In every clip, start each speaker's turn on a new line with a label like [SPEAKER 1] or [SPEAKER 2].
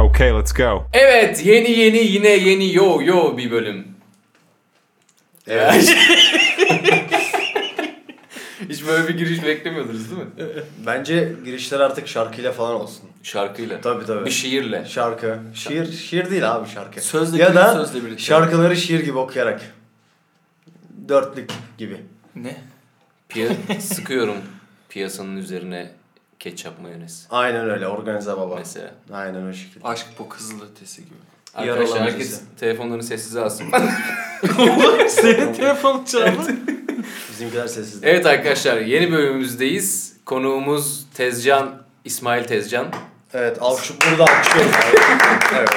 [SPEAKER 1] Okay, let's go.
[SPEAKER 2] Evet yeni yeni yine yeni yo yo bir bölüm.
[SPEAKER 3] Evet.
[SPEAKER 2] Hiç böyle bir giriş beklemiyordunuz değil mi?
[SPEAKER 3] Bence girişler artık şarkıyla falan olsun.
[SPEAKER 2] Şarkıyla.
[SPEAKER 3] Tabii tabii.
[SPEAKER 2] Bir şey- şiirle.
[SPEAKER 3] Şarkı. Şiir, şiir değil abi şarkı.
[SPEAKER 2] Sözle
[SPEAKER 3] ya
[SPEAKER 2] değil,
[SPEAKER 3] da
[SPEAKER 2] sözle birlikte.
[SPEAKER 3] şarkıları şiir gibi okuyarak. Dörtlük gibi.
[SPEAKER 2] Ne? Piya sıkıyorum piyasanın üzerine ketçap mayonez.
[SPEAKER 3] Aynen öyle organize baba.
[SPEAKER 2] Mesela.
[SPEAKER 3] Aynen o şekilde.
[SPEAKER 4] Aşk bu kızıl ötesi gibi.
[SPEAKER 2] Arkadaşlar
[SPEAKER 3] Yaralanmış
[SPEAKER 2] herkes
[SPEAKER 3] ise.
[SPEAKER 2] telefonlarını sessize alsın.
[SPEAKER 4] Senin telefon çaldı.
[SPEAKER 3] Bizimkiler sessiz.
[SPEAKER 2] evet arkadaşlar yeni bölümümüzdeyiz. Konuğumuz Tezcan, İsmail Tezcan.
[SPEAKER 3] Evet alkış burada alkışlıyoruz. evet.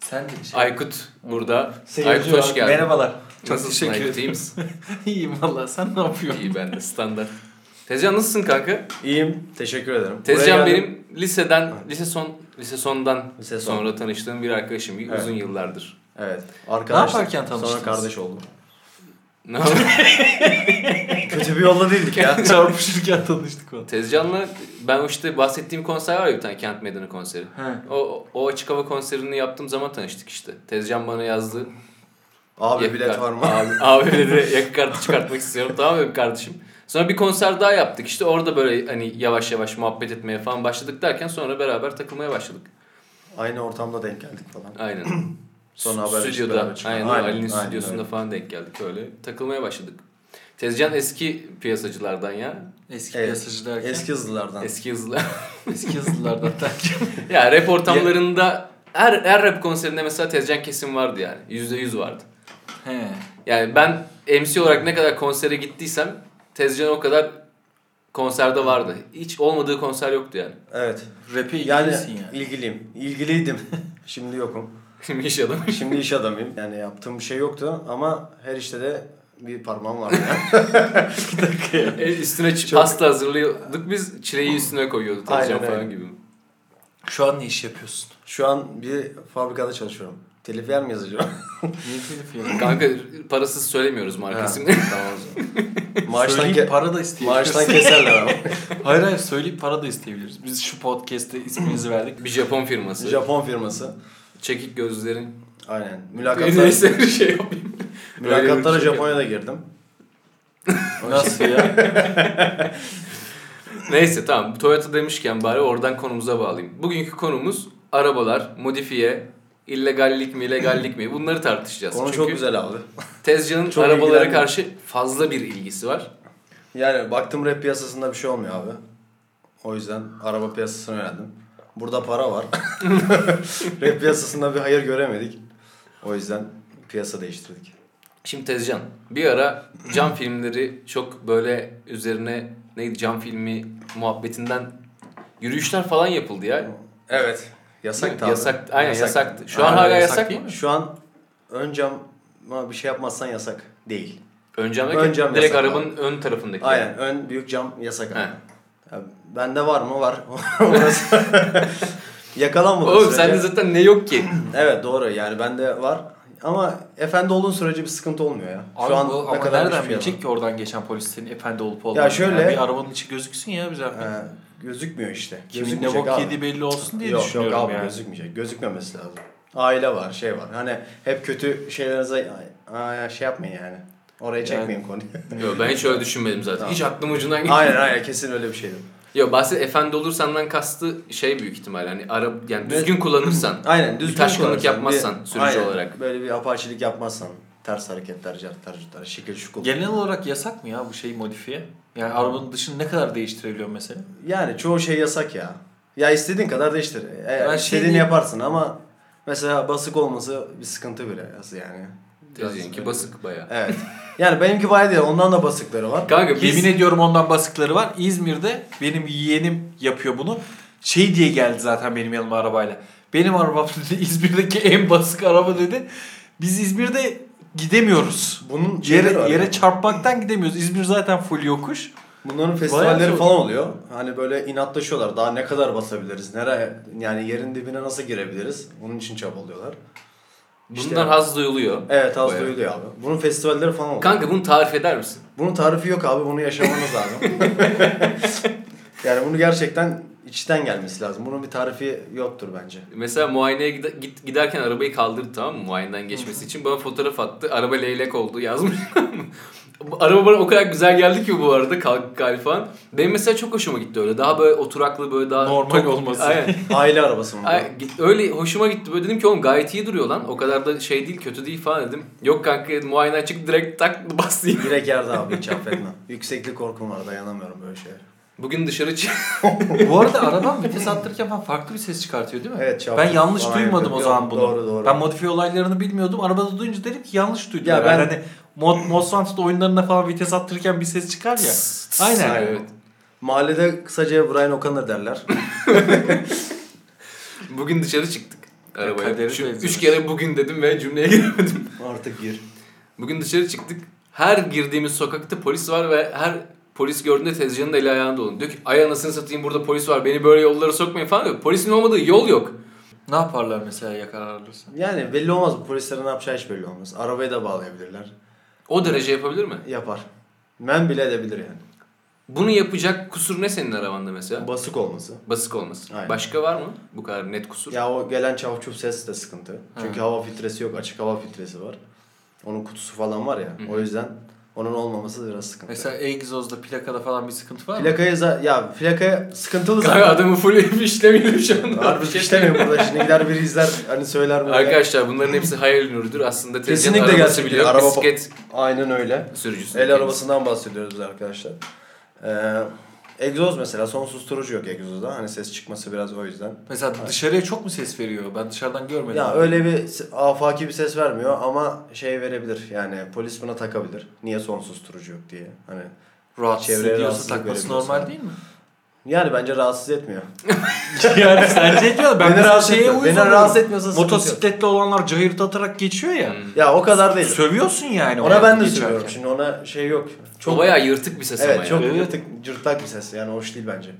[SPEAKER 4] Sen de şey.
[SPEAKER 2] Aykut burada.
[SPEAKER 3] Seyirci
[SPEAKER 2] Aykut hoş
[SPEAKER 3] var.
[SPEAKER 2] geldin.
[SPEAKER 4] Merhabalar. Çok
[SPEAKER 2] Nasılsın
[SPEAKER 4] teşekkür
[SPEAKER 2] Aykut,
[SPEAKER 4] ederim.
[SPEAKER 2] iyi misin?
[SPEAKER 4] İyiyim valla sen ne yapıyorsun?
[SPEAKER 2] İyi ben de standart. Tezcan nasılsın kanka?
[SPEAKER 3] İyiyim. Teşekkür ederim.
[SPEAKER 2] Tezcan
[SPEAKER 3] Buraya geldim.
[SPEAKER 2] benim liseden, lise son, lise sondan
[SPEAKER 3] Lise son.
[SPEAKER 2] sonra tanıştığım bir arkadaşım.
[SPEAKER 3] Evet.
[SPEAKER 2] Uzun yıllardır.
[SPEAKER 3] Evet. Arkadaş.
[SPEAKER 4] Ne yaparken tanıştınız?
[SPEAKER 3] Sonra kardeş oldum.
[SPEAKER 2] Ne yapayım?
[SPEAKER 3] Kötü bir yolda değildik ya.
[SPEAKER 4] Çarpışırken tanıştık valla.
[SPEAKER 2] Tezcan'la ben o işte bahsettiğim konser var ya bir tane Kent Meydanı konseri.
[SPEAKER 4] He.
[SPEAKER 2] O, o açık hava konserini yaptığım zaman tanıştık işte. Tezcan bana yazdı.
[SPEAKER 3] Abi
[SPEAKER 2] Yakın
[SPEAKER 3] bilet
[SPEAKER 2] kart-
[SPEAKER 3] var mı?
[SPEAKER 2] Abi, abi dedi yakın kartı çıkartmak istiyorum. tamam dedim kardeşim. Sonra bir konser daha yaptık işte orada böyle hani yavaş yavaş muhabbet etmeye falan başladık derken sonra beraber takılmaya başladık.
[SPEAKER 3] Aynı ortamda denk geldik falan.
[SPEAKER 2] Aynen.
[SPEAKER 3] Sonra
[SPEAKER 2] Stü-
[SPEAKER 3] haberleştik,
[SPEAKER 2] Stüdyoda,
[SPEAKER 3] beraber çıktık.
[SPEAKER 2] aynen,
[SPEAKER 3] Aynen,
[SPEAKER 2] Ali'nin
[SPEAKER 3] aynen
[SPEAKER 2] stüdyosunda
[SPEAKER 3] öyle.
[SPEAKER 2] falan denk geldik öyle. Takılmaya başladık. Tezcan eski piyasacılardan ya.
[SPEAKER 4] Eski
[SPEAKER 3] Evet.
[SPEAKER 4] piyasacı derken. Eski,
[SPEAKER 3] Eski hızlılardan.
[SPEAKER 2] Eski hızlı.
[SPEAKER 4] yazılılardan derken.
[SPEAKER 2] ya rap ortamlarında her, her rap konserinde mesela Tezcan kesin vardı yani. Yüzde yüz vardı.
[SPEAKER 4] He.
[SPEAKER 2] Yani ben MC olarak ne kadar konsere gittiysem Tezcan o kadar konserde vardı. Hiç olmadığı konser yoktu yani.
[SPEAKER 3] Evet.
[SPEAKER 4] Rap'e
[SPEAKER 3] Yani,
[SPEAKER 4] ilgilisin yani.
[SPEAKER 3] ilgiliyim. İlgiliydim. Şimdi yokum.
[SPEAKER 2] Şimdi iş adamı.
[SPEAKER 3] Şimdi iş adamıyım. Yani yaptığım bir şey yoktu ama her işte de bir parmağım var.
[SPEAKER 2] E, üstüne çi-
[SPEAKER 3] Çok-
[SPEAKER 2] pasta hazırlıyorduk biz çileği üstüne koyuyordu Tezcan
[SPEAKER 3] Aynen,
[SPEAKER 2] falan
[SPEAKER 3] aynen.
[SPEAKER 2] gibi.
[SPEAKER 4] Şu an ne iş yapıyorsun?
[SPEAKER 3] Şu an bir fabrikada çalışıyorum. Telif yer mi yazacağım?
[SPEAKER 4] Niye telif yiyorsun?
[SPEAKER 2] Kanka parasız söylemiyoruz marka
[SPEAKER 3] Ha,
[SPEAKER 2] ismini.
[SPEAKER 3] tamam o zaman. Maaştan,
[SPEAKER 4] Söyleyip
[SPEAKER 3] ke-
[SPEAKER 4] para da isteyebiliriz.
[SPEAKER 3] maaştan keserler ama.
[SPEAKER 4] hayır hayır söyleyip para da isteyebiliriz. Biz şu podcast'te isminizi verdik.
[SPEAKER 2] Bir Japon firması.
[SPEAKER 3] Japon firması.
[SPEAKER 2] Çekik gözlerin.
[SPEAKER 3] Aynen. Mülakatlar,
[SPEAKER 2] Neyse bir şey yapayım. Öyle
[SPEAKER 3] mülakatlara
[SPEAKER 2] bir şey
[SPEAKER 3] Japonya'da girdim.
[SPEAKER 4] Nasıl ya?
[SPEAKER 2] Neyse tamam Toyota demişken bari oradan konumuza bağlayayım. Bugünkü konumuz arabalar, modifiye, illegallik mi, legallik mi bunları tartışacağız.
[SPEAKER 3] Konu
[SPEAKER 2] Çünkü
[SPEAKER 3] çok güzel abi.
[SPEAKER 2] Tezcan'ın
[SPEAKER 3] Çok
[SPEAKER 2] arabalara
[SPEAKER 3] ilgilendim.
[SPEAKER 2] karşı fazla bir ilgisi var.
[SPEAKER 3] Yani baktım rap piyasasında bir şey olmuyor abi. O yüzden araba piyasasını öğrendim. Burada para var. rap piyasasında bir hayır göremedik. O yüzden piyasa değiştirdik.
[SPEAKER 2] Şimdi Tezcan bir ara cam filmleri çok böyle üzerine neydi cam filmi muhabbetinden yürüyüşler falan yapıldı ya.
[SPEAKER 3] Evet. Yasak tabii.
[SPEAKER 2] Yasak, aynen yasaktı. Şu an
[SPEAKER 4] Hala
[SPEAKER 2] hala
[SPEAKER 4] yasak
[SPEAKER 2] yasak
[SPEAKER 4] değil
[SPEAKER 2] mı?
[SPEAKER 3] Şu an ön cama bir şey yapmazsan yasak değil.
[SPEAKER 2] Ön cam,
[SPEAKER 3] Ön cam
[SPEAKER 2] direkt
[SPEAKER 3] yasak
[SPEAKER 2] arabanın ön tarafındaki.
[SPEAKER 3] Aynen ön büyük cam yasak.
[SPEAKER 2] He.
[SPEAKER 3] abi. Ya Bende var mı? Var. Orası. Yakalanmadım
[SPEAKER 2] Oğlum
[SPEAKER 3] sürece.
[SPEAKER 2] sende zaten ne yok ki?
[SPEAKER 3] Evet doğru yani bende var. Ama efendi olduğun sürece bir sıkıntı olmuyor ya.
[SPEAKER 4] Abi bu
[SPEAKER 3] ne
[SPEAKER 4] ama
[SPEAKER 3] kadar
[SPEAKER 4] nereden
[SPEAKER 3] hiçbir şey
[SPEAKER 4] bilecek
[SPEAKER 3] yok.
[SPEAKER 4] ki oradan geçen polis senin efendi olup olmadığını?
[SPEAKER 3] şöyle-
[SPEAKER 4] Yani bir arabanın içi gözüksün ya bize.
[SPEAKER 3] He, Ee, gözükmüyor işte.
[SPEAKER 4] Kimin ne
[SPEAKER 3] Gözükmeyecek
[SPEAKER 4] bok
[SPEAKER 3] abi.
[SPEAKER 4] yediği belli olsun diye
[SPEAKER 3] Yok yok
[SPEAKER 4] düşünüyorum
[SPEAKER 3] abi
[SPEAKER 4] yani.
[SPEAKER 3] gözükmeyecek. Gözükmemesi lazım. Aile var şey var. Hani hep kötü şeylerinize aa, şey yapmayın yani. Oraya çekmeyin konuyu.
[SPEAKER 2] Yok ben hiç öyle düşünmedim zaten.
[SPEAKER 3] Tamam.
[SPEAKER 2] Hiç aklım ucundan geçmedi.
[SPEAKER 3] hayır hayır kesin öyle bir şey değil.
[SPEAKER 2] Yok bahset efendi olursandan kastı şey büyük ihtimal hani ara yani
[SPEAKER 3] Ne?
[SPEAKER 2] düzgün kullanırsan.
[SPEAKER 3] Aynen düzgün
[SPEAKER 2] taşkınlık
[SPEAKER 3] kullanırsan,
[SPEAKER 2] yapmazsan sürücü olarak.
[SPEAKER 3] Böyle bir apaçilik yapmazsan. Ters hareketler, cartlar, cartlar, şekil şukul.
[SPEAKER 4] Genel olarak yasak mı ya bu şey modifiye? Yani arabanın dışını ne kadar değiştirebiliyor mesela?
[SPEAKER 3] Yani çoğu şey yasak ya. Ya istediğin kadar değiştir. E,
[SPEAKER 4] Ben şey
[SPEAKER 3] istediğini
[SPEAKER 4] diyeyim.
[SPEAKER 3] yaparsın ama mesela basık olması bir sıkıntı biraz yani. Biraz
[SPEAKER 2] Tezcan'ınki
[SPEAKER 3] böyle-
[SPEAKER 2] basık baya.
[SPEAKER 3] Evet. Yani benimki bayağı değil. Ondan da basıkları var.
[SPEAKER 2] Kanka biz
[SPEAKER 4] Yemin ediyorum ondan basıkları var. İzmir'de benim yeğenim yapıyor bunu. Şey diye geldi zaten benim yanıma arabayla. Benim arabam dedi İzmir'deki en basık araba dedi. Biz İzmir'de gidemiyoruz.
[SPEAKER 3] Bunun şeyleri var
[SPEAKER 4] Yere, yere
[SPEAKER 3] yani.
[SPEAKER 4] çarpmaktan gidemiyoruz. İzmir zaten full yokuş.
[SPEAKER 3] Bunların festivalleri
[SPEAKER 4] çok-
[SPEAKER 3] falan oluyor. Hani böyle inatlaşıyorlar. Daha ne kadar basabiliriz? Nereye yani yerin dibine nasıl girebiliriz? Bunun için çabalıyorlar.
[SPEAKER 2] bundan
[SPEAKER 3] İşte-
[SPEAKER 2] haz duyuluyor.
[SPEAKER 3] Evet az
[SPEAKER 2] Bayağı.
[SPEAKER 3] duyuluyor abi. Bunun festivalleri falan oluyor.
[SPEAKER 2] Kanka bunu tarif eder misin?
[SPEAKER 3] Bunun tarifi yok abi. Bunu yaşamanız lazım. yani bunu gerçekten içten gelmesi lazım. Bunun bir tarifi yoktur bence.
[SPEAKER 2] Mesela muayeneye gide- git, giderken arabayı kaldırdı tamam mı? Muayeneden geçmesi için bana fotoğraf attı. Araba leylek oldu yazmış. Bu Araba bana o kadar güzel geldi ki bu arada kalk kalk falan. Benim mesela çok hoşuma gitti öyle. Daha böyle oturaklı böyle daha...
[SPEAKER 4] Normal olması.
[SPEAKER 2] Aynen.
[SPEAKER 3] Aile arabası mı? bu?
[SPEAKER 2] Ay, git- öyle hoşuma gitti. Böyle dedim ki oğlum gayet iyi duruyor lan. O kadar da şey değil kötü değil falan dedim. Yok kanka dedim, muayeneden çık direkt tak basayım.
[SPEAKER 3] Direkt yerde abi hiç affetmem. Yükseklik korkum var dayanamıyorum böyle şeye.
[SPEAKER 2] Bugün dışarı çık.
[SPEAKER 4] Bu arada araban vites attırırken falan farklı bir ses çıkartıyor değil mi?
[SPEAKER 3] Evet, çarpıyor
[SPEAKER 4] ben yanlış
[SPEAKER 3] falan
[SPEAKER 4] duymadım
[SPEAKER 3] yapıyor.
[SPEAKER 4] o zaman bunu.
[SPEAKER 3] Doğru, doğru.
[SPEAKER 4] Ben modifiye olaylarını bilmiyordum. Arabada duyunca dedim ki yanlış duydum.
[SPEAKER 3] Ya
[SPEAKER 4] Ya
[SPEAKER 3] ben-
[SPEAKER 4] Hani Mod, Most Wanted oyunlarında falan vites attırırken bir ses çıkar ya. Aynen.
[SPEAKER 3] Aynen.
[SPEAKER 2] evet.
[SPEAKER 3] Mahallede kısaca Brian O'Connor derler.
[SPEAKER 2] Bugün dışarı çıktık. Arabaya.
[SPEAKER 4] kaderi
[SPEAKER 2] Şu,
[SPEAKER 4] de
[SPEAKER 2] üç
[SPEAKER 4] izliyoruz.
[SPEAKER 2] kere bugün dedim ve cümleye giremedim.
[SPEAKER 3] Artık gir.
[SPEAKER 2] Bugün dışarı çıktık. Her girdiğimiz sokakta polis var ve her polis gördüğünde tezcanın eli ayağında olun. Diyor ki ay anasını satayım burada polis var beni böyle yollara sokmayın falan diyor. Polisin olmadığı yol yok.
[SPEAKER 4] Ne yaparlar mesela yakalarlarsa?
[SPEAKER 3] Yani belli olmaz bu polislere ne yapacağı hiç belli olmaz. Arabayı da bağlayabilirler.
[SPEAKER 2] O derece yapabilir mi?
[SPEAKER 3] Yapar. Men bile edebilir yani.
[SPEAKER 2] Bunu yapacak kusur ne senin arabanda mesela?
[SPEAKER 3] Basık olması.
[SPEAKER 2] Basık olması.
[SPEAKER 3] Aynen.
[SPEAKER 2] Başka var mı bu kadar net kusur?
[SPEAKER 3] Ya o gelen çavup çup ses de sıkıntı. Çünkü hava filtresi yok. Açık hava filtresi var. Onun kutusu falan var ya. O yüzden onun olmaması biraz sıkıntı.
[SPEAKER 4] Mesela egzozda plakada falan bir sıkıntı var mı?
[SPEAKER 3] Plakaya, za- ya plakaya sıkıntılı
[SPEAKER 2] Kanka
[SPEAKER 3] zaten.
[SPEAKER 2] adamı full işlemiyorum şu anda.
[SPEAKER 3] Harbi işlemiyor burada. Şimdi gider biri izler. Hani söyler böyle.
[SPEAKER 2] şey Arkadaşlar bunların hepsi hayal ürünüdür. Aslında tezcanın
[SPEAKER 3] Kesinlikle
[SPEAKER 2] arabası
[SPEAKER 3] gerçek
[SPEAKER 2] bile yok.
[SPEAKER 3] değil. Araba-
[SPEAKER 2] Bisiklet
[SPEAKER 3] Aynen öyle.
[SPEAKER 2] sürücüsü.
[SPEAKER 3] El
[SPEAKER 2] kendisi.
[SPEAKER 3] arabasından bahsediyoruz arkadaşlar. Ee, egzoz mesela son susturucu yok egzozda. Hani ses çıkması biraz o yüzden.
[SPEAKER 4] Mesela dışarıya çok mu ses veriyor? Ben dışarıdan görmedim.
[SPEAKER 3] Ya öyle bir s- afaki bir ses vermiyor ama şey verebilir yani polis buna takabilir. Niye son susturucu yok diye. Hani
[SPEAKER 4] Rahatsız
[SPEAKER 3] Çevreye
[SPEAKER 4] ediyorsa
[SPEAKER 3] rahatsızlık
[SPEAKER 4] takması
[SPEAKER 3] verebiliyorsa.
[SPEAKER 4] normal değil mi?
[SPEAKER 3] yani bence rahatsız etmiyor.
[SPEAKER 4] yani sence etmiyor da ben
[SPEAKER 3] Beni
[SPEAKER 4] mesela
[SPEAKER 3] rahatsız
[SPEAKER 4] şeye
[SPEAKER 3] etmiyor. Beni
[SPEAKER 4] uyuz oluyorum.
[SPEAKER 3] rahatsız etmiyorsa sıkıntı yok.
[SPEAKER 4] Motosikletli olanlar cayırt atarak geçiyor ya.
[SPEAKER 2] Hmm.
[SPEAKER 3] Ya o kadar değil.
[SPEAKER 4] Sövüyorsun yani.
[SPEAKER 3] Ona
[SPEAKER 4] o
[SPEAKER 3] ben de
[SPEAKER 4] geçerken.
[SPEAKER 3] sövüyorum şimdi ona şey yok.
[SPEAKER 2] Çok bayağı yırtık bir ses ama
[SPEAKER 3] Evet
[SPEAKER 2] ya.
[SPEAKER 3] çok
[SPEAKER 4] Evet.
[SPEAKER 3] yırtık, cırtlak bir ses yani hoş değil bence.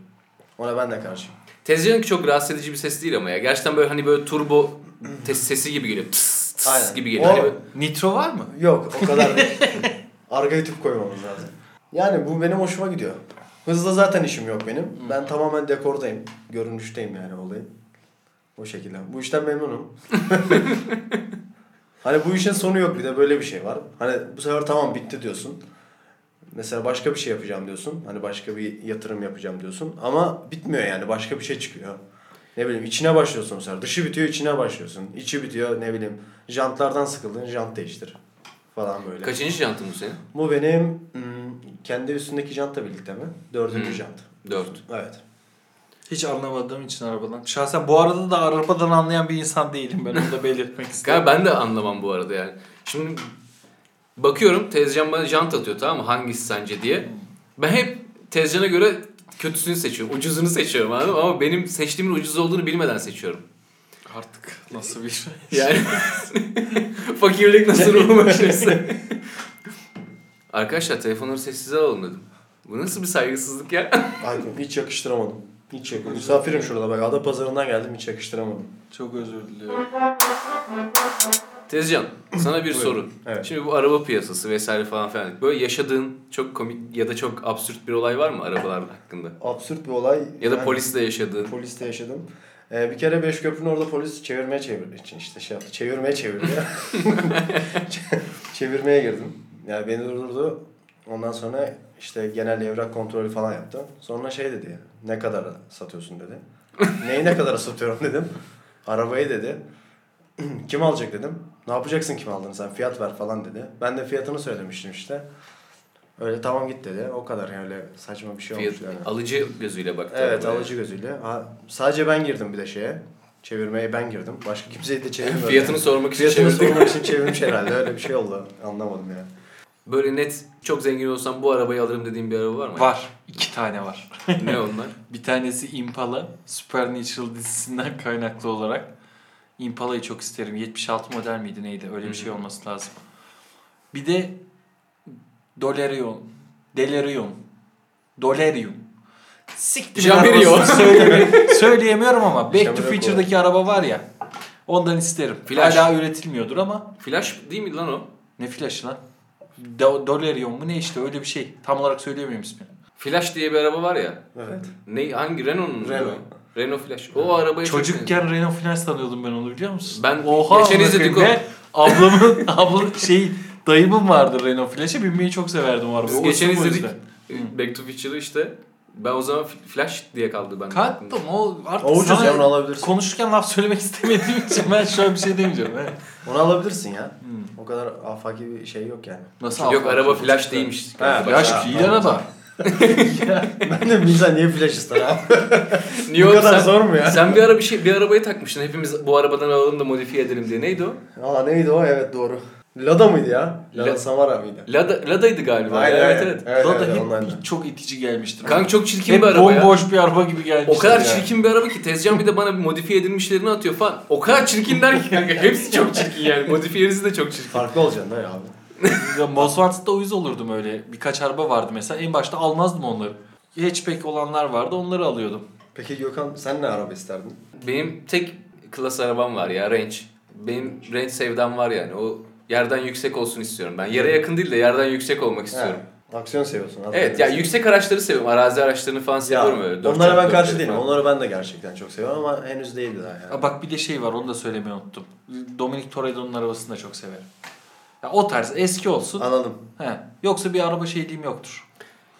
[SPEAKER 3] Ona ben de karşıyım.
[SPEAKER 2] Tezcan'ınki çok rahatsız edici bir ses değil ama ya. Gerçekten böyle hani böyle turbo tes- sesi gibi geliyor. Tıs, tıs
[SPEAKER 3] Aynen.
[SPEAKER 2] gibi geliyor. Hani
[SPEAKER 3] O-
[SPEAKER 2] böyle-
[SPEAKER 4] Nitro var mı?
[SPEAKER 3] Yok o kadar değil. Arkaya tüp koymamız lazım. Yani bu benim hoşuma gidiyor. Hızla zaten işim yok benim. Ben tamamen dekordayım. Görünüşteyim yani olayım. O şekilde. Bu işten memnunum. hani bu işin sonu yok bir de böyle bir şey var. Hani bu sefer tamam bitti diyorsun. Mesela başka bir şey yapacağım diyorsun. Hani başka bir yatırım yapacağım diyorsun. Ama bitmiyor yani. Başka bir şey çıkıyor. Ne bileyim içine başlıyorsun bu sefer. Dışı bitiyor içine başlıyorsun. İçi bitiyor ne bileyim. Jantlardan sıkıldın jant değiştir. Falan böyle.
[SPEAKER 2] Kaçıncı jantın bu senin?
[SPEAKER 3] Bu benim hmm, kendi üstündeki jantla birlikte mi? Dördüncü
[SPEAKER 2] Hı.
[SPEAKER 3] jant.
[SPEAKER 2] Dört.
[SPEAKER 3] Evet.
[SPEAKER 4] Hiç anlamadığım için arabadan. Şahsen bu arada da arabadan anlayan bir insan değilim ben onu da belirtmek isterim.
[SPEAKER 2] Kanka ben de anlamam bu arada yani. Şimdi bakıyorum Tezcan bana jant atıyor tamam mı? Hangisi sence diye. Ben hep Tezcan'a göre kötüsünü seçiyorum. Ucuzunu seçiyorum anladın mı? Ama benim seçtiğimin ucuz olduğunu bilmeden seçiyorum.
[SPEAKER 4] Artık nasıl bir
[SPEAKER 2] Yani fakirlik nasıl ruhuma başlarsa. Arkadaşlar telefonları sessize alın dedim. Bu nasıl bir saygısızlık ya?
[SPEAKER 3] Aykun hiç yakıştıramadım. Hiç yakıştıramadım. Misafirim şurada bak. Ada pazarından geldim hiç yakıştıramadım.
[SPEAKER 4] Çok özür diliyorum.
[SPEAKER 2] Tezcan sana bir
[SPEAKER 3] Buyurun.
[SPEAKER 2] soru.
[SPEAKER 3] Evet.
[SPEAKER 2] Şimdi bu araba piyasası vesaire falan filan. Böyle yaşadığın çok komik ya da çok absürt bir olay var mı arabalar hakkında?
[SPEAKER 3] Absürt bir olay.
[SPEAKER 2] Ya da
[SPEAKER 3] Yani
[SPEAKER 2] polisle yaşadığın.
[SPEAKER 3] Poliste yaşadım. Ee, bir kere Beşköprü'nün orada polis çevirmeye çevirdi. için işte şey yaptı. Çevirmeye çevirdi. Ç- Çevirmeye girdim. Yani beni durdurdu. Ondan sonra işte genel evrak kontrolü falan yaptı. Sonra şey dedi. Ne kadar satıyorsun dedi. Neyi ne kadar satıyorum dedim. Arabayı dedi. kim alacak dedim. Ne yapacaksın kim aldığını sen fiyat ver falan dedi. Ben de fiyatını söylemiştim işte. Öyle tamam git dedi. O kadar yani öyle saçma bir şey
[SPEAKER 2] Fiyat,
[SPEAKER 3] olmuş yani.
[SPEAKER 2] alıcı gözüyle baktı.
[SPEAKER 3] Evet
[SPEAKER 2] arabaya.
[SPEAKER 3] alıcı gözüyle. Ha, sadece ben girdim bir de şeye. Çevirmeye ben girdim. Başka kimseyi de çevirmedim.
[SPEAKER 2] Fiyatını sormak için
[SPEAKER 3] Fiyatını
[SPEAKER 2] çevirdik.
[SPEAKER 3] sormak için çevirmiş herhalde. Öyle bir şey oldu. Anlamadım yani.
[SPEAKER 2] Böyle net çok zengin olsam bu arabayı alırım dediğin bir araba var mı?
[SPEAKER 4] Var. iki tane var.
[SPEAKER 2] ne onlar?
[SPEAKER 4] Bir tanesi Impala. Supernatural dizisinden kaynaklı olarak. Impala'yı çok isterim. 76 model miydi neydi? Öyle bir şey olması lazım. Bir de Dolerion. Delerion. Dolerium. Siktir
[SPEAKER 2] Jamirion.
[SPEAKER 4] arabasını söyleyemiyorum, söyleyemiyorum ama Back to
[SPEAKER 3] Jamirion
[SPEAKER 4] Future'daki araba var ya. Ondan isterim.
[SPEAKER 2] Flash.
[SPEAKER 4] Hala üretilmiyordur ama
[SPEAKER 2] Flash değil miydi lan o?
[SPEAKER 4] ne flaşı lan? Do- Dolerion mu ne işte öyle bir şey. Tam olarak söyleyemiyorum ismini.
[SPEAKER 2] Flash diye bir araba var ya.
[SPEAKER 3] Evet.
[SPEAKER 2] Ne hangi Renault'un? mu?
[SPEAKER 3] Renault.
[SPEAKER 2] Renault Flash. O arabayı çok
[SPEAKER 4] Çocukken Renault Finans tanıyordum ben onu biliyor musun?
[SPEAKER 2] Ben
[SPEAKER 4] Oha
[SPEAKER 2] geçen
[SPEAKER 4] geçen
[SPEAKER 2] izledik o.
[SPEAKER 4] Ablamın, abla şey dayımın vardı Renault Flash'e binmeyi çok severdim o
[SPEAKER 2] Biz
[SPEAKER 4] arabayı. O
[SPEAKER 2] geçen
[SPEAKER 4] sırf o
[SPEAKER 2] izledik.
[SPEAKER 4] yüzden.
[SPEAKER 2] beğendim. Back to Future'ı işte. Ben o zaman F- Flash diye kaldı ben.
[SPEAKER 4] Kalktım o artık
[SPEAKER 3] O ucuz
[SPEAKER 4] sana
[SPEAKER 3] ya onu alabilirsin.
[SPEAKER 4] konuşurken laf söylemek istemediğim için ben şu an bir şey demeyeceğim. he.
[SPEAKER 3] Onu alabilirsin ya.
[SPEAKER 2] Hmm.
[SPEAKER 3] O kadar afaki bir şey yok yani.
[SPEAKER 4] Nasıl
[SPEAKER 2] Yok
[SPEAKER 4] affak-
[SPEAKER 2] araba Flash değilmiş.
[SPEAKER 3] Ha,
[SPEAKER 4] Flash değil araba.
[SPEAKER 3] ben de bir insan niye flash ister abi?
[SPEAKER 2] Niye
[SPEAKER 3] Bu
[SPEAKER 2] oğlum
[SPEAKER 3] kadar
[SPEAKER 2] sen,
[SPEAKER 3] zor mu ya?
[SPEAKER 2] sen bir ara bir şey bir arabayı takmıştın. Hepimiz bu arabadan alalım da modifiye edelim diye. Neydi o?
[SPEAKER 3] Aa neydi o? Evet doğru. Lada mıydı ya? Lada
[SPEAKER 2] La-
[SPEAKER 3] Samara mıydı?
[SPEAKER 2] Lada, Lada'ydı galiba.
[SPEAKER 3] Aynen,
[SPEAKER 2] evet
[SPEAKER 3] aynen.
[SPEAKER 2] evet.
[SPEAKER 3] Evet,
[SPEAKER 4] Lada
[SPEAKER 3] evet,
[SPEAKER 4] hep
[SPEAKER 3] onlardan.
[SPEAKER 4] çok itici gelmiştir.
[SPEAKER 2] Kanka çok çirkin
[SPEAKER 4] hep
[SPEAKER 2] bir araba ya.
[SPEAKER 4] bomboş bir araba gibi gelmiştir.
[SPEAKER 2] O kadar
[SPEAKER 4] ya.
[SPEAKER 2] çirkin bir araba ki tezcan bir de bana bir modifiye edilmişlerini atıyor falan. O kadar çirkinler ki kanka. Hepsi çok çirkin yani. Modifiyesi de çok çirkin.
[SPEAKER 3] Farklı olacaksın da ya abi.
[SPEAKER 4] Ya Mosvarts'ta uyuz olurdum öyle. Birkaç araba vardı mesela. En başta almazdım onları. Hatchback olanlar vardı onları alıyordum.
[SPEAKER 3] Peki Gökhan sen ne araba isterdin?
[SPEAKER 2] Benim tek klas arabam var ya Range. Benim Range sevdam var yani. O yerden yüksek olsun istiyorum ben. Yere yakın değil de yerden yüksek olmak istiyorum.
[SPEAKER 3] He, aksiyon seviyorsun. aslında.
[SPEAKER 2] Evet ya yüksek araçları seviyorum. Arazi araçlarını falan
[SPEAKER 3] Ya,
[SPEAKER 2] seviyorum öyle. Dört
[SPEAKER 3] onlara
[SPEAKER 2] çarpı
[SPEAKER 3] ben karşı
[SPEAKER 2] dörtleri
[SPEAKER 3] değilim.
[SPEAKER 2] falan.
[SPEAKER 3] Onları ben de gerçekten çok seviyorum ama henüz değildi daha yani.
[SPEAKER 4] Ha bak bir de şey var onu da söylemeyi unuttum. Dominic Toredo'nun arabasını da çok severim. Ya o tarz eski olsun.
[SPEAKER 3] Anladım.
[SPEAKER 4] He. Yoksa bir araba şeyliğim yoktur.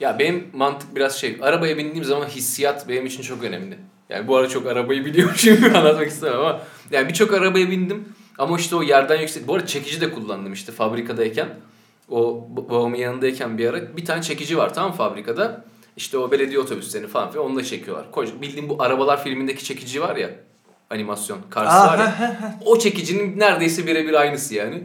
[SPEAKER 2] Ya benim mantık biraz şey. Arabaya bindiğim zaman hissiyat benim için çok önemli. Yani bu ara çok arabayı biliyormuşum gibi anlatmak istemem ama. Yani birçok arabaya bindim. Ama işte o yerden yüksek. Bu arada çekici de kullandım işte fabrikadayken. O ba- babamın yanındayken bir ara. Bir tane çekici var tamam mı fabrikada. İşte o belediye otobüslerini falan filan onunla çekiyorlar. Koca, bildiğim bu arabalar filmindeki çekici var ya. Animasyon. Cars var ya. O çekicinin neredeyse birebir aynısı yani.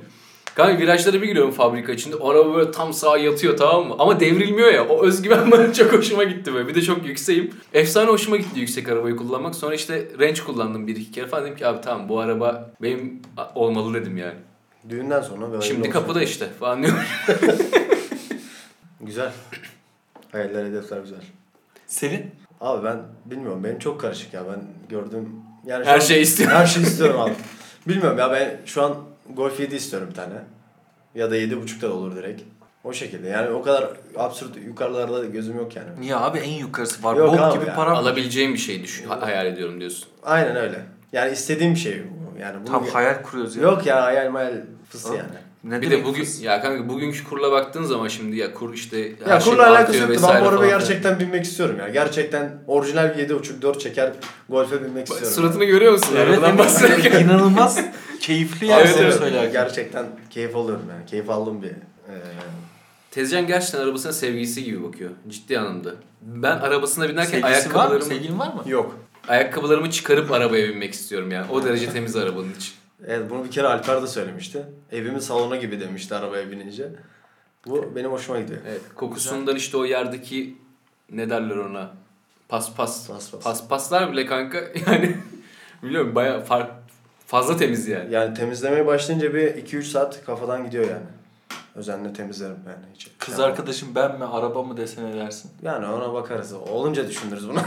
[SPEAKER 2] Kanka virajlara bir giriyorum fabrika içinde. Araba böyle tam sağa yatıyor tamam mı? Ama devrilmiyor ya. O özgüven bana çok hoşuma gitti böyle. Bir de çok yükseğim. Efsane hoşuma gitti yüksek arabayı kullanmak. Sonra işte range kullandım bir iki kere falan. Dedim ki abi tamam bu araba benim a- olmalı dedim yani.
[SPEAKER 3] Düğünden sonra böyle
[SPEAKER 2] Şimdi
[SPEAKER 3] olsun.
[SPEAKER 2] kapıda işte falan diyorum.
[SPEAKER 3] Güzel. Hayaller, hedefler güzel.
[SPEAKER 4] Senin?
[SPEAKER 3] Abi ben bilmiyorum benim çok karışık ya ben gördüğüm yani şu
[SPEAKER 2] Her şey
[SPEAKER 3] an-
[SPEAKER 2] şeyi istiyorum.
[SPEAKER 3] her şeyi istiyorum abi. Bilmiyorum ya ben şu an Golf 7 istiyorum bir tane. Ya da 7.5'da da olur direkt. O şekilde yani o kadar absürt yukarılarda da gözüm yok yani.
[SPEAKER 4] Niye abi en yukarısı var.
[SPEAKER 3] Yok
[SPEAKER 4] Bok
[SPEAKER 3] abi
[SPEAKER 4] gibi
[SPEAKER 3] ya.
[SPEAKER 4] para var.
[SPEAKER 2] Alabileceğim bir şey düşün, ha- hayal ediyorum diyorsun.
[SPEAKER 3] Aynen öyle. Yani istediğim şey bu. Yani bunu
[SPEAKER 4] Tam hayal kuruyoruz ya.
[SPEAKER 3] Yok ya hayal mayal fıs
[SPEAKER 4] Oğlum,
[SPEAKER 3] yani.
[SPEAKER 4] Ne
[SPEAKER 2] bir
[SPEAKER 4] demek
[SPEAKER 2] de bugün ya kanka bugünkü kurla baktığın zaman şimdi ya kur işte her
[SPEAKER 3] Ya
[SPEAKER 2] şey
[SPEAKER 3] kurla alakası
[SPEAKER 2] artıyor
[SPEAKER 3] yoktu.
[SPEAKER 2] vesaire
[SPEAKER 3] Ben bu arabaya
[SPEAKER 2] falan.
[SPEAKER 3] gerçekten binmek istiyorum ya. Gerçekten orijinal bir 7.5 4 çeker Golf'e binmek
[SPEAKER 2] Bak,
[SPEAKER 3] istiyorum.
[SPEAKER 2] Suratını görüyor musun?
[SPEAKER 4] Evet,
[SPEAKER 2] Arabadan bahsederken.
[SPEAKER 4] evet. inanılmaz keyifli
[SPEAKER 3] yani.
[SPEAKER 4] yani
[SPEAKER 3] Abi,
[SPEAKER 2] Evet,
[SPEAKER 4] bunu
[SPEAKER 2] evet.
[SPEAKER 4] söylerken.
[SPEAKER 3] Gerçekten keyif alıyorum yani. Keyif aldığım bir e, eee,
[SPEAKER 2] Tezcan gerçekten arabasına sevgilisi gibi bakıyor. Ciddi anlamda. Ben arabasına binerken
[SPEAKER 4] Sevgilisi var mı?
[SPEAKER 2] ayakkabılarımı,
[SPEAKER 4] Sevgilin var mı?
[SPEAKER 3] yok.
[SPEAKER 2] ayakkabılarımı çıkarıp arabaya binmek istiyorum yani. O derece temiz arabanın için.
[SPEAKER 3] Evet bunu bir kere Alper de söylemişti. Evimin salonu gibi demişti arabaya binince. Bu benim hoşuma gidiyor.
[SPEAKER 2] Evet, kokusundan işte o yerdeki ne derler ona? Paspas.
[SPEAKER 3] Paspas.
[SPEAKER 2] Paspaslar bile kanka yani biliyorum baya fark fazla temiz yani.
[SPEAKER 3] Yani temizlemeye başlayınca bir 2-3 saat kafadan gidiyor yani. Özenle temizlerim yani. Hiç.
[SPEAKER 4] Kız
[SPEAKER 3] Yani-
[SPEAKER 4] arkadaşım ben mi araba mı desene dersin.
[SPEAKER 3] Yani ona bakarız. Olunca düşünürüz bunu.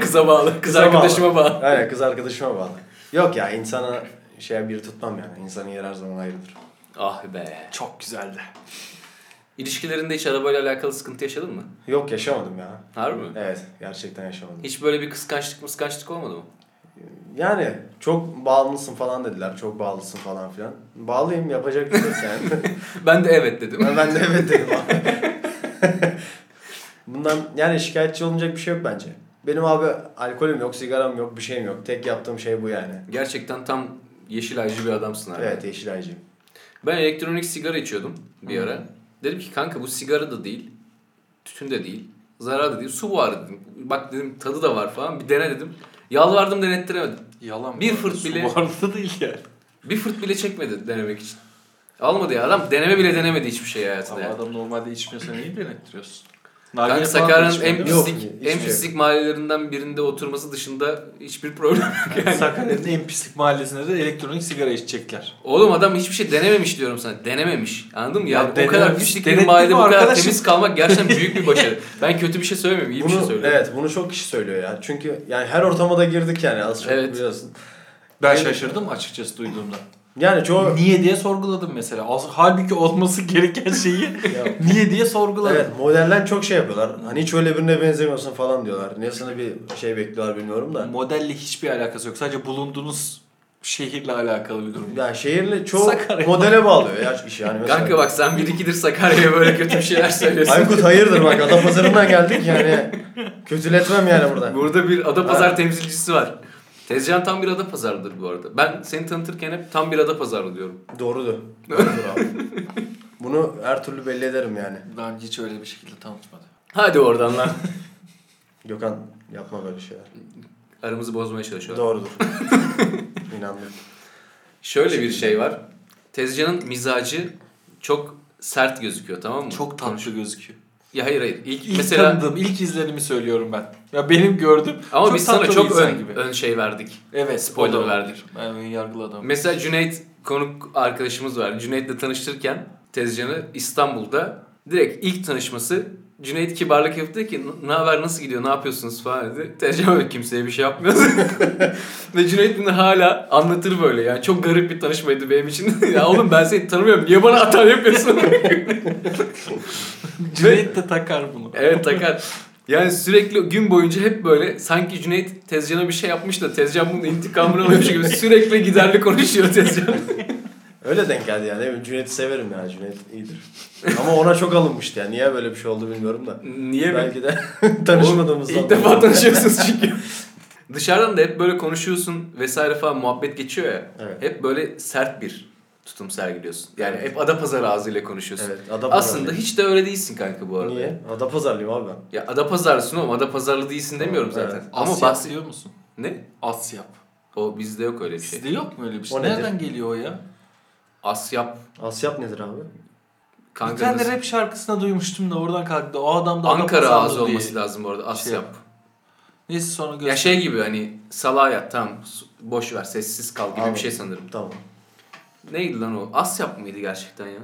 [SPEAKER 2] Kıza bağlı. Kız
[SPEAKER 3] Kıza
[SPEAKER 2] arkadaşıma bağlı.
[SPEAKER 3] Aynen kız arkadaşıma bağlı. Yok ya insana şey bir tutmam yani. İnsanın yeri her zaman ayrıdır.
[SPEAKER 2] Ah be.
[SPEAKER 4] Çok güzeldi.
[SPEAKER 2] İlişkilerinde hiç arabayla alakalı sıkıntı yaşadın mı?
[SPEAKER 3] Yok yaşamadım ya.
[SPEAKER 2] Harbi mi?
[SPEAKER 3] Evet gerçekten yaşamadım.
[SPEAKER 2] Hiç böyle bir kıskançlık mıskançlık olmadı mı?
[SPEAKER 3] Yani çok bağımlısın falan dediler. Çok bağlısın falan filan. Bağlıyım yapacak bir şey yok yani.
[SPEAKER 2] Ben de evet dedim.
[SPEAKER 3] ben, ben de evet dedim abi. Bundan yani şikayetçi olunacak bir şey yok bence. Benim abi alkolüm yok, sigaram yok, bir şeyim yok. Tek yaptığım şey bu yani.
[SPEAKER 2] Gerçekten tam yeşil aycı bir adamsın abi.
[SPEAKER 3] Evet yeşil aycıyım.
[SPEAKER 2] Ben elektronik sigara içiyordum bir ara. Dedim ki kanka bu sigara da değil, tütün de değil, zarar da değil, su var dedim. Bak dedim tadı da var falan bir dene dedim. Yalvardım denettiremedim.
[SPEAKER 4] Yalan.
[SPEAKER 2] Bir
[SPEAKER 4] bu arada.
[SPEAKER 2] fırt
[SPEAKER 4] Su
[SPEAKER 2] bile-
[SPEAKER 4] Bu arada değil yani.
[SPEAKER 2] Bir fırt bile çekmedi denemek için. Almadı ya adam deneme bile denemedi hiçbir şey hayatında.
[SPEAKER 4] Ama
[SPEAKER 2] Yani.
[SPEAKER 4] adam normalde içmiyorsa neyi denettiriyorsun?
[SPEAKER 2] Kanka
[SPEAKER 4] Nargile falan da
[SPEAKER 2] Sakarya'nın
[SPEAKER 4] içmiyor,
[SPEAKER 2] en
[SPEAKER 4] değil
[SPEAKER 3] Yok,
[SPEAKER 2] pislik,
[SPEAKER 3] hiçbir şey
[SPEAKER 2] en
[SPEAKER 3] yok.
[SPEAKER 2] pislik mahallelerinden birinde oturması dışında hiçbir problem yok
[SPEAKER 4] mi?
[SPEAKER 2] yani.
[SPEAKER 4] Sakarya'nın en pislik mahallesinde de elektronik sigara içecekler.
[SPEAKER 2] Oğlum adam hiçbir şey denememiş diyorum sana. Denememiş. Anladın mı?
[SPEAKER 4] Ya
[SPEAKER 2] Ya, o kadar
[SPEAKER 4] denememiş,
[SPEAKER 2] pislik
[SPEAKER 4] denettin
[SPEAKER 2] bir mahallede bu
[SPEAKER 4] mi
[SPEAKER 2] kadar
[SPEAKER 4] arkadaşım?
[SPEAKER 2] temiz kalmak gerçekten büyük bir başarı. Ben kötü bir şey söylemiyorum. iyi bir şey
[SPEAKER 3] bunu,
[SPEAKER 2] söylüyorum.
[SPEAKER 3] evet bunu çok kişi söylüyor ya. Çünkü yani her ortama da girdik yani az çok
[SPEAKER 2] Evet.
[SPEAKER 3] biliyorsun.
[SPEAKER 4] Ben
[SPEAKER 3] Evet.
[SPEAKER 4] şaşırdım açıkçası duyduğumda.
[SPEAKER 3] Yani çoğu...
[SPEAKER 4] Niye diye sorguladım mesela. As- Halbuki olması gereken şeyi
[SPEAKER 3] Ya-
[SPEAKER 4] niye diye sorguladım.
[SPEAKER 3] Evet modelden çok şey yapıyorlar. Hani hiç öyle birine benzemiyorsun falan diyorlar. Niye sana bir şey bekliyorlar bilmiyorum da.
[SPEAKER 4] Modelle hiçbir alakası yok. Sadece bulunduğunuz şehirle alakalı bir durum.
[SPEAKER 3] Yani şehirle çoğu
[SPEAKER 4] Sakarya.
[SPEAKER 3] modele bağlıyor ya işi yani. Mesela.
[SPEAKER 2] Kanka bak sen bir ikidir Sakarya'ya böyle kötü bir şeyler söylüyorsun.
[SPEAKER 3] Aykut hayırdır bak Adapazarı'ndan geldik yani. Kötületmem yani burada.
[SPEAKER 2] Burada bir Adapazarı
[SPEAKER 3] Ha.
[SPEAKER 2] temsilcisi var. Tezcan tam bir Adapazarı'dır bu arada. Ben seni tanıtırken hep tam bir Adapazarlı diyorum.
[SPEAKER 3] Doğrudur. Doğrudur abi. Bunu her türlü belli ederim yani.
[SPEAKER 4] Ben hiç öyle bir şekilde tanıtmadım.
[SPEAKER 2] Hadi oradan lan.
[SPEAKER 3] Gökhan yapma böyle şeyler.
[SPEAKER 2] Aramızı bozmaya çalışıyorlar.
[SPEAKER 3] Doğrudur. İnandım.
[SPEAKER 2] Şöyle bir şey var. Tezcan'ın mizacı çok sert gözüküyor tamam mı?
[SPEAKER 4] Çok tatlı gözüküyor.
[SPEAKER 2] Ya hayır hayır. İlk,
[SPEAKER 4] İlk
[SPEAKER 2] mesela
[SPEAKER 4] tanıdığım, ilk izlenimi söylüyorum ben. Ya benim gördüm.
[SPEAKER 2] ama
[SPEAKER 4] çok
[SPEAKER 2] biz sana
[SPEAKER 4] tatlı bir
[SPEAKER 2] çok
[SPEAKER 4] insan
[SPEAKER 2] ön, ön şey verdik.
[SPEAKER 4] Evet.
[SPEAKER 2] spoiler
[SPEAKER 4] o da olabilir.
[SPEAKER 2] verdik.
[SPEAKER 4] Ben ön yargılı adamım.
[SPEAKER 2] Mesela Cüneyt konuk arkadaşımız var. Cüneyt'le tanıştırken Tezcan'ı İstanbul'da direkt ilk tanışması Cüneyt kibarlık yaptı dedi ki ne haber nasıl gidiyor ne yapıyorsunuz falan dedi. Tezcan böyle kimseye bir şey yapmıyor. Ve Cüneyt bunu hala anlatır böyle yani çok garip bir tanışmaydı benim için. ya oğlum ben seni tanımıyorum niye bana atar yapıyorsun?
[SPEAKER 4] Cüneyt de takar bunu.
[SPEAKER 2] evet takar. Yani sürekli gün boyunca hep böyle sanki Cüneyt Tezcan'a bir şey yapmış da Tezcan bunun intikamını alıyormuş gibi sürekli giderli konuşuyor Tezcan.
[SPEAKER 3] Öyle denk geldi yani. Ne bileyim, Cüneyt'i severim yani. Cüneyt iyidir. Ama ona çok alınmıştı yani. Niye böyle bir şey oldu bilmiyorum da.
[SPEAKER 2] Niye mi?
[SPEAKER 3] Belki de tanışmadığımızdan.
[SPEAKER 2] İlk defa tanışıyorsunuz çünkü. Dışarıdan da hep böyle konuşuyorsun vesaire falan muhabbet geçiyor ya.
[SPEAKER 3] Evet.
[SPEAKER 2] Hep böyle sert bir tutum sergiliyorsun. Yani hep Adapazarı ağzıyla konuşuyorsun.
[SPEAKER 3] Evet, Adapazarı.
[SPEAKER 2] Aslında hiç de öyle değilsin kanka bu arada.
[SPEAKER 3] Niye? Adapazarlıyım abi ben.
[SPEAKER 2] Ya Adapazarlısın oğlum Adapazarlı değilsin demiyorum
[SPEAKER 3] Evet.
[SPEAKER 2] zaten. Ama
[SPEAKER 4] Ama
[SPEAKER 2] bak
[SPEAKER 4] bahsediyor musun?
[SPEAKER 2] ne?
[SPEAKER 4] Asyap.
[SPEAKER 2] O bizde yok öyle bir şey.
[SPEAKER 4] Sizde yok mu öyle bir şey?
[SPEAKER 3] O nedir?
[SPEAKER 4] Nereden geliyor o ya?
[SPEAKER 2] Asyap
[SPEAKER 3] Asyap nedir abi?
[SPEAKER 4] bir tane
[SPEAKER 2] kankanız.
[SPEAKER 4] rap şarkısında duymuştum da oradan kalktı. O adam da
[SPEAKER 2] Ankara
[SPEAKER 4] Adapazarlı
[SPEAKER 2] ağzı
[SPEAKER 4] diye.
[SPEAKER 2] olması lazım bu arada Asyap.
[SPEAKER 4] Neyse sonra göster.
[SPEAKER 2] ya şey gibi hani salağa yat tamam su- boş ver sessiz kal gibi
[SPEAKER 3] Abi.
[SPEAKER 2] bir şey sanırım.
[SPEAKER 3] Tamam.
[SPEAKER 2] Neydi lan o? Asyap mıydı gerçekten ya?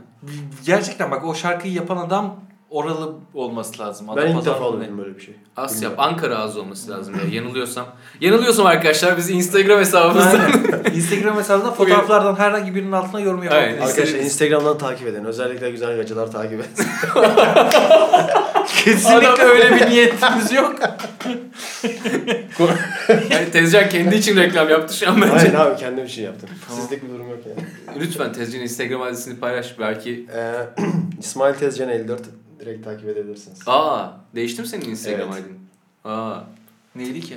[SPEAKER 4] Gerçekten bak o şarkıyı yapan adam oralı olması lazım.
[SPEAKER 3] ben ilk
[SPEAKER 4] Adapazarlı
[SPEAKER 3] defa
[SPEAKER 4] ne?
[SPEAKER 3] duydum böyle bir şey.
[SPEAKER 2] Asya,
[SPEAKER 3] Bilmiyorum.
[SPEAKER 2] Ankara ağzı olması lazım ya. Yanılıyorsam. Yanılıyorsam arkadaşlar bizi Instagram hesabımızdan.
[SPEAKER 4] Aynen. Instagram hesabından fotoğraflardan herhangi birinin altına yorum
[SPEAKER 2] Aynen.
[SPEAKER 4] yapabilirsin.
[SPEAKER 3] Arkadaşlar Instagram'dan takip edin. Özellikle güzel gacılar takip edin.
[SPEAKER 4] Kesinlikle öyle bir niyetimiz yok.
[SPEAKER 2] yani Tezcan kendi için reklam yaptı şu an bence.
[SPEAKER 3] Hayır abi kendim için yaptım.
[SPEAKER 4] Tamam.
[SPEAKER 3] Sizlik bir durum yok yani.
[SPEAKER 2] Lütfen Tezcan'ın Instagram adresini paylaş. Belki...
[SPEAKER 3] Ee, İsmail Tezcan 54 direkt takip edebilirsiniz.
[SPEAKER 2] Aa, değişti mi senin Instagram
[SPEAKER 3] Evet.
[SPEAKER 2] adın? Aa,
[SPEAKER 4] Neydi ki?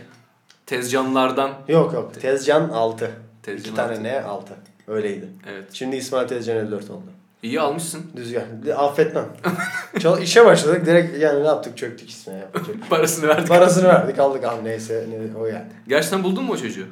[SPEAKER 2] Tezcanlardan.
[SPEAKER 3] Yok yok. Tezcan 6.
[SPEAKER 2] Tezcan
[SPEAKER 3] İki tane
[SPEAKER 2] altı.
[SPEAKER 3] ne? 6. Öyleydi.
[SPEAKER 2] Evet.
[SPEAKER 3] Şimdi İsmail Tezcan 54 oldu.
[SPEAKER 2] İyi almışsın.
[SPEAKER 3] Düzgün. De- Affetmem. Çal- işe başladık. Direkt yani ne yaptık? Çöktük isme. Yapacak.
[SPEAKER 2] Parasını verdik.
[SPEAKER 3] Parasını verdik aldık abi neyse. Ne, o yani.
[SPEAKER 2] Gerçekten buldun mu o çocuğu?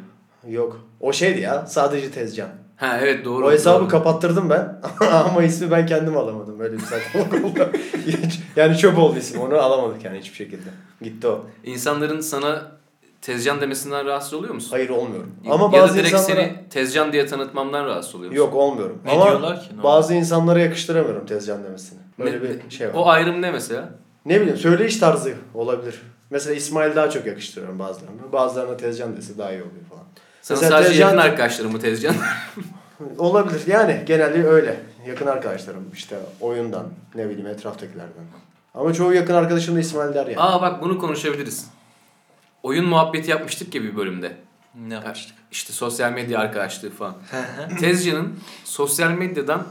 [SPEAKER 3] Yok. O şeydi ya. Sadece Tezcan.
[SPEAKER 2] Ha evet doğru.
[SPEAKER 3] o hesabı
[SPEAKER 2] doğru.
[SPEAKER 3] kapattırdım ben ama ismi ben kendim alamadım. Böyle bir saçmalık oldu. Hiç- yani çöp oldu isim. Onu alamadık yani hiçbir şekilde. Gitti o.
[SPEAKER 2] İnsanların sana Tezcan demesinden rahatsız oluyor musun?
[SPEAKER 3] Hayır olmuyorum.
[SPEAKER 2] Ya-
[SPEAKER 3] ama
[SPEAKER 2] ya
[SPEAKER 3] bazı
[SPEAKER 2] da direkt
[SPEAKER 3] insanlara...
[SPEAKER 2] seni Tezcan diye tanıtmamdan rahatsız oluyor musun?
[SPEAKER 3] Yok olmuyorum.
[SPEAKER 4] Ne
[SPEAKER 3] ama
[SPEAKER 4] diyorlar ki? Ne
[SPEAKER 3] bazı insanlara yakıştıramıyorum Tezcan demesini. Böyle
[SPEAKER 2] Ne-
[SPEAKER 3] bir şey var.
[SPEAKER 2] O ayrım ne mesela?
[SPEAKER 3] Ne bileyim söyleyiş tarzı olabilir. Mesela İsmail daha çok yakıştırıyorum bazılarına. Bazılarına Tezcan dese daha iyi oluyor falan.
[SPEAKER 2] Sana
[SPEAKER 3] Mesela
[SPEAKER 2] sadece
[SPEAKER 3] Tezcan-
[SPEAKER 2] yakın arkadaşlarım bu Tezcan.
[SPEAKER 3] Olabilir yani genelde öyle. Yakın arkadaşlarım işte oyundan ne bileyim etraftakilerden. Ama çoğu yakın arkadaşım da İsmail der yani.
[SPEAKER 2] Aa bak bunu konuşabiliriz. Oyun muhabbeti yapmıştık ya bir bölümde.
[SPEAKER 4] Ne yapmıştık?
[SPEAKER 2] İşte sosyal medya arkadaşlığı falan. Tezcan'ın sosyal medyadan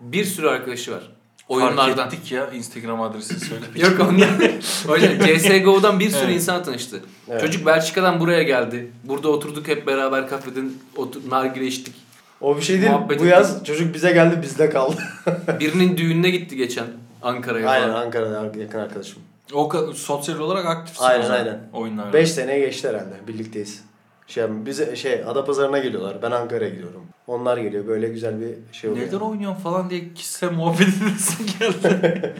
[SPEAKER 2] bir sürü arkadaşı var.
[SPEAKER 4] Fark
[SPEAKER 2] Oyunlardan.
[SPEAKER 4] ettik ya Instagram adresini söyledik.
[SPEAKER 2] Yok onlar. Hocam CSGO'dan bir sürü
[SPEAKER 4] Evet.
[SPEAKER 2] insan tanıştı.
[SPEAKER 3] Evet.
[SPEAKER 2] Çocuk Belçika'dan buraya geldi. Burada oturduk hep beraber kafede otur, nargile içtik.
[SPEAKER 3] O bir şey değil.
[SPEAKER 2] Muhabbet
[SPEAKER 3] Bu
[SPEAKER 2] ettik.
[SPEAKER 3] yaz çocuk bize geldi bizde kaldı.
[SPEAKER 2] Birinin düğününe gitti geçen Ankara'ya falan.
[SPEAKER 3] aynen Ankara'da yakın arkadaşım.
[SPEAKER 4] O ka- sosyal olarak aktifsin.
[SPEAKER 3] Aynen,
[SPEAKER 4] o zaman
[SPEAKER 3] aynen.
[SPEAKER 4] Oyunlarda.
[SPEAKER 3] 5 sene geçti herhalde birlikteyiz. Şey bize şey Adapazarı'na geliyorlar. Ben Ankara'ya gidiyorum. Onlar geliyor. Böyle güzel bir şey oluyor.
[SPEAKER 4] Neden oynuyorsun falan diye kişisel muhabbet edesim geldi.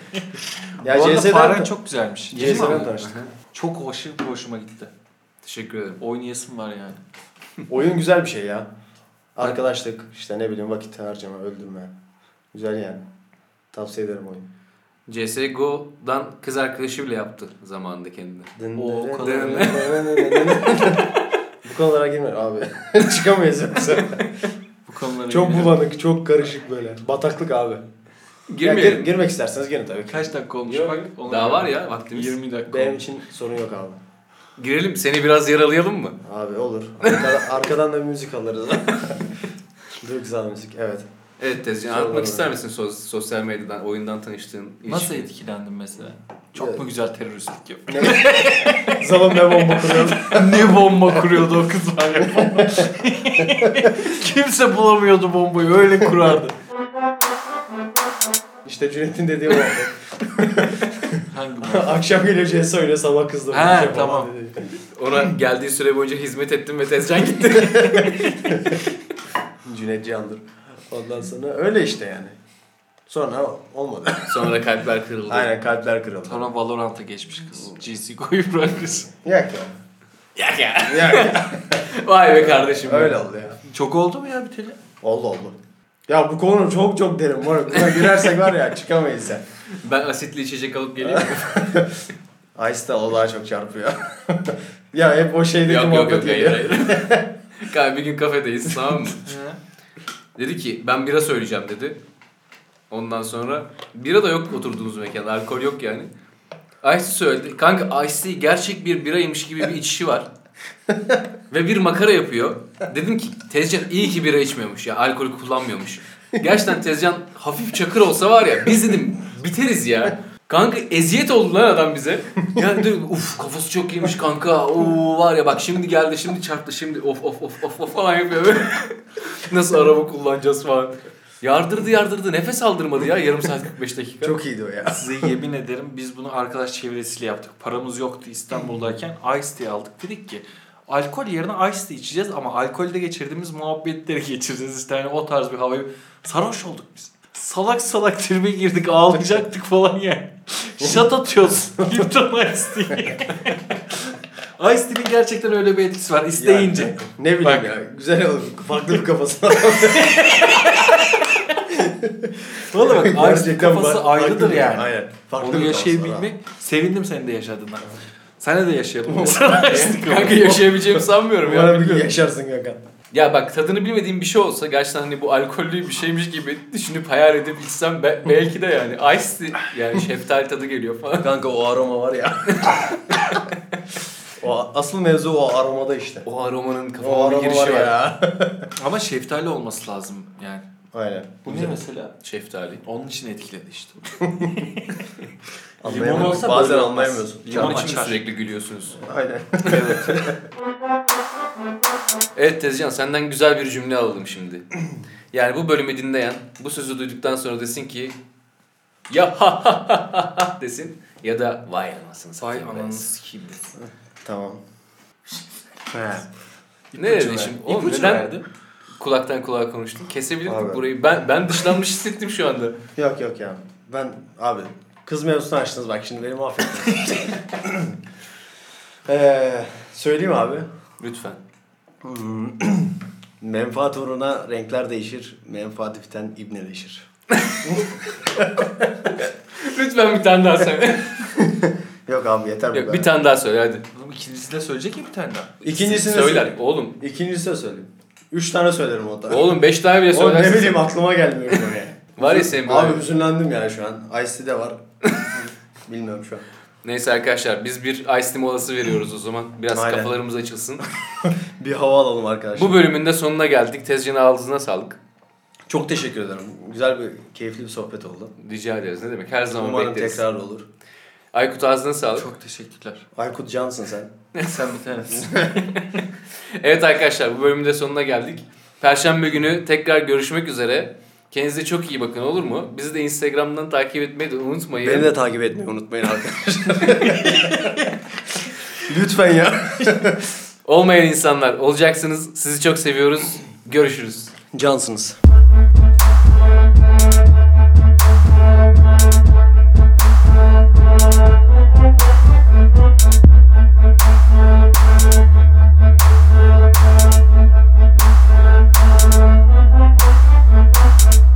[SPEAKER 3] Ya
[SPEAKER 4] Bu arada
[SPEAKER 3] CS'den
[SPEAKER 4] faren çok güzelmiş.
[SPEAKER 3] CS'den
[SPEAKER 4] Değil mi?
[SPEAKER 3] tanıştık.
[SPEAKER 4] Çok hoşu, hoşuma gitti.
[SPEAKER 2] Teşekkür ederim.
[SPEAKER 4] Oynayasım var yani.
[SPEAKER 3] Oyun güzel bir şey ya. Arkadaşlık, işte ne bileyim vakit harcama, öldürme. Güzel yani. Tavsiye ederim oyunu.
[SPEAKER 2] CSGO'dan kız arkadaşı bile yaptı zamanında kendine.
[SPEAKER 3] Dın
[SPEAKER 4] O
[SPEAKER 3] dın
[SPEAKER 4] kadar.
[SPEAKER 3] dın dın dın dın dın. Bu konulara girme abi. Çıkamayız yoksa.
[SPEAKER 4] Bu konulara
[SPEAKER 3] Çok
[SPEAKER 4] girelim.
[SPEAKER 3] bulanık, çok karışık böyle. Bataklık abi. Ya
[SPEAKER 2] Girmeyelim.
[SPEAKER 3] gir- girmek isterseniz girin tabii ki.
[SPEAKER 4] Kaç dakika olmuş
[SPEAKER 3] Yok,
[SPEAKER 4] bak. ona
[SPEAKER 2] Daha
[SPEAKER 4] göre.
[SPEAKER 2] var ya vaktimiz.
[SPEAKER 4] 20 dakika.
[SPEAKER 3] Benim
[SPEAKER 4] olmuş.
[SPEAKER 3] için sorun yok abi.
[SPEAKER 2] Girelim seni biraz yaralayalım mı?
[SPEAKER 3] Abi olur. Arkada- arkadan da müzik alırız. Çok güzel müzik. Evet.
[SPEAKER 2] Evet Tezcan
[SPEAKER 3] Sorun
[SPEAKER 2] anlatmak
[SPEAKER 3] var.
[SPEAKER 2] ister misin sos- sosyal medyadan, oyundan tanıştığın ilişki?
[SPEAKER 4] Nasıl etkilendin mesela? Çok
[SPEAKER 3] Evet.
[SPEAKER 4] mu güzel teröristlik yapıyor?
[SPEAKER 3] Zaman ne bomba kuruyoruz.
[SPEAKER 4] ne bomba kuruyordu o kız var ya. Kimse bulamıyordu bombayı öyle kurardı.
[SPEAKER 3] İşte Cüneyt'in dediği o.
[SPEAKER 4] Hangi bomba?
[SPEAKER 3] Akşam geliyor CS oynuyor sabah kızdı. Şey
[SPEAKER 4] He, tamam.
[SPEAKER 2] Ona geldiği süre boyunca hizmet ettim ve Tezcan gitti.
[SPEAKER 3] Cüneyt Candır. Ondan sonra öyle işte yani. Sonra olmadı.
[SPEAKER 2] Sonra kalpler kırıldı.
[SPEAKER 3] Aynen kalpler kırıldı.
[SPEAKER 4] Sonra Valorant'a geçmiş kız. GC koyup bırakmış.
[SPEAKER 3] Yak ya.
[SPEAKER 2] Ya ya.
[SPEAKER 3] Yak ya.
[SPEAKER 2] Vay be kardeşim.
[SPEAKER 3] öyle oldu ya.
[SPEAKER 4] Çok oldu mu ya biteli?
[SPEAKER 3] Oldu oldu. Ya bu konu çok çok derin var. Buna girersek var ya çıkamayız ya.
[SPEAKER 2] Ben asitli içecek alıp geleyim.
[SPEAKER 3] Ice de o daha çok çarpıyor. ya hep o şeydeki
[SPEAKER 2] yok yok
[SPEAKER 3] muhabbet
[SPEAKER 2] yok hayır
[SPEAKER 3] geliyor.
[SPEAKER 2] hayır. Kanka bir gün kafedeyiz tamam mı? Dedi ki ben bira söyleyeceğim dedi. Ondan sonra bira da yok oturduğumuz mekanda. Alkol yok yani. Ice söyledi. Kanka Ice gerçek bir biraymış gibi bir içişi var. Ve bir makara yapıyor. Dedim ki Tezcan iyi ki bira içmiyormuş ya. Alkol kullanmıyormuş. Gerçekten Tezcan hafif çakır olsa var ya biz dedim biteriz ya. Kanka eziyet oldu lan adam bize. Yani dedim, uf kafası çok iyiymiş kanka. Oo var ya bak şimdi geldi şimdi çarptı şimdi of of of of, of falan yapıyor. böyle. Nasıl araba kullanacağız falan. Yardırdı yardırdı nefes aldırmadı ya yarım saat 45 dakika.
[SPEAKER 3] Çok iyiydi o ya.
[SPEAKER 4] Size yemin ederim biz bunu arkadaş çevresiyle yaptık. Paramız yoktu İstanbul'dayken Ice Tea aldık. Dedik ki alkol yerine Ice Tea içeceğiz ama alkolde geçirdiğimiz muhabbetleri geçireceğiz. İşte hani o tarz bir havayı. Sarhoş olduk biz. Salak salak tribe girdik ağlayacaktık falan ya. Şat atıyoruz. Lipton Ice Tea. Ice Tea'nin gerçekten öyle bir etkisi var. İsteyince.
[SPEAKER 3] Yani, ne bileyim
[SPEAKER 4] Bak.
[SPEAKER 3] ya. Güzel olur. Farklı bir kafasına.
[SPEAKER 4] Valla bak Ice Tea
[SPEAKER 3] Gerçekten
[SPEAKER 4] kafası
[SPEAKER 3] farklı
[SPEAKER 4] ayrıdır
[SPEAKER 3] bir-
[SPEAKER 4] yani.
[SPEAKER 3] Aynen. Farklı
[SPEAKER 4] Onu
[SPEAKER 3] bir kafası var
[SPEAKER 4] yaşayabilmek. Sevindim senin de yaşadığına. Sen de yaşayalım. Mesela Ice Tea
[SPEAKER 2] Kanka yaşayabileceğimi sanmıyorum
[SPEAKER 3] abi.
[SPEAKER 2] ya.
[SPEAKER 3] Umarım bir gün yaşarsın Gökhan.
[SPEAKER 2] Ya bak tadını bilmediğim bir şey olsa gerçekten hani bu alkollü bir şeymiş gibi düşünüp hayal edip içsem be- belki de yani ice tea- yani şeftali tadı geliyor falan.
[SPEAKER 3] Kanka o aroma var ya. o asıl mevzu o aromada işte.
[SPEAKER 2] O aromanın
[SPEAKER 3] O
[SPEAKER 2] kafama bir
[SPEAKER 3] aroma
[SPEAKER 2] girişi
[SPEAKER 3] var
[SPEAKER 2] var.
[SPEAKER 3] ya.
[SPEAKER 4] Ama şeftali olması lazım yani.
[SPEAKER 3] Aynen.
[SPEAKER 4] Bu ne mesela?
[SPEAKER 2] Şeftali.
[SPEAKER 4] Onun için etkiledi işte.
[SPEAKER 3] Anlayamıyorum.
[SPEAKER 4] olsa
[SPEAKER 3] Bazen
[SPEAKER 4] böyle olmaz.
[SPEAKER 3] anlayamıyorsun.
[SPEAKER 4] Limon
[SPEAKER 2] Onun
[SPEAKER 3] Can-
[SPEAKER 2] için mi
[SPEAKER 4] açar.
[SPEAKER 2] sürekli gülüyorsunuz?
[SPEAKER 3] Aynen.
[SPEAKER 2] Evet Tezcan senden güzel bir cümle alalım şimdi. Yani bu bölümü dinleyen bu sözü duyduktan sonra desin ki ya ha ha ha ha ha desin ya da vay anasını satayım. be."
[SPEAKER 4] sikeyim.
[SPEAKER 3] tamam. He.
[SPEAKER 2] Ne dedin şimdi? Oğlum
[SPEAKER 4] İpucu
[SPEAKER 2] neden
[SPEAKER 4] verdi.
[SPEAKER 2] kulaktan kulağa konuştun? Kesebilirdik
[SPEAKER 3] Abi.
[SPEAKER 2] burayı. Ben ben dışlanmış hissettim şu anda.
[SPEAKER 3] Yok yok ya. Ben abi kız mevzusunu açtınız bak şimdi beni mahvettiniz. ee, söyleyeyim abi.
[SPEAKER 2] Lütfen.
[SPEAKER 3] Hmm. Menfaat uğruna renkler değişir. Menfaati biten ibneleşir.
[SPEAKER 2] Lütfen bir tane daha söyle.
[SPEAKER 3] Yok abi yeter bu
[SPEAKER 2] Yok
[SPEAKER 3] kadar.
[SPEAKER 2] bir tane daha söyle hadi.
[SPEAKER 4] Oğlum ikincisi de söyleyecek ya bir tane daha.
[SPEAKER 3] İkincisini
[SPEAKER 2] Söyler
[SPEAKER 3] söyleyeyim.
[SPEAKER 2] oğlum.
[SPEAKER 3] İkincisini de söyleyeyim. Üç tane söylerim o da.
[SPEAKER 2] Oğlum 5 tane bile
[SPEAKER 3] Oğlum ne
[SPEAKER 2] söylersin.
[SPEAKER 3] bileyim aklıma gelmiyor buraya.
[SPEAKER 2] Var ya senin
[SPEAKER 3] Abi
[SPEAKER 2] böyle-
[SPEAKER 3] hüzünlendim yani şu an. Ice de var. Bilmiyorum şu an.
[SPEAKER 2] Neyse arkadaşlar biz bir ice tea molası veriyoruz o zaman. Biraz
[SPEAKER 3] Aynen.
[SPEAKER 2] kafalarımız açılsın.
[SPEAKER 3] Bir hava alalım arkadaşlar.
[SPEAKER 2] Bu bölümün de sonuna geldik. Tezcan'ın ağzına sağlık.
[SPEAKER 3] Çok teşekkür ederim. Güzel bir, keyifli bir sohbet oldu.
[SPEAKER 2] Rica ederiz. Ne demek? Her zaman
[SPEAKER 3] Umarım
[SPEAKER 2] bekleriz.
[SPEAKER 3] tekrar olur.
[SPEAKER 2] Aykut ağzına sağlık.
[SPEAKER 4] Çok teşekkürler.
[SPEAKER 3] Aykut Cansın sen.
[SPEAKER 4] Sen bir tanesin.
[SPEAKER 2] Evet arkadaşlar bu bölümün de sonuna geldik. Perşembe günü tekrar görüşmek üzere. Kendinize çok iyi bakın olur mu? Bizi de Instagram'dan takip etmeyi de unutmayın.
[SPEAKER 3] Beni de takip etmeyi unutmayın arkadaşlar. Lütfen ya.
[SPEAKER 2] Olmayan insanlar olacaksınız. Sizi çok seviyoruz. Görüşürüz.
[SPEAKER 3] Cansınız.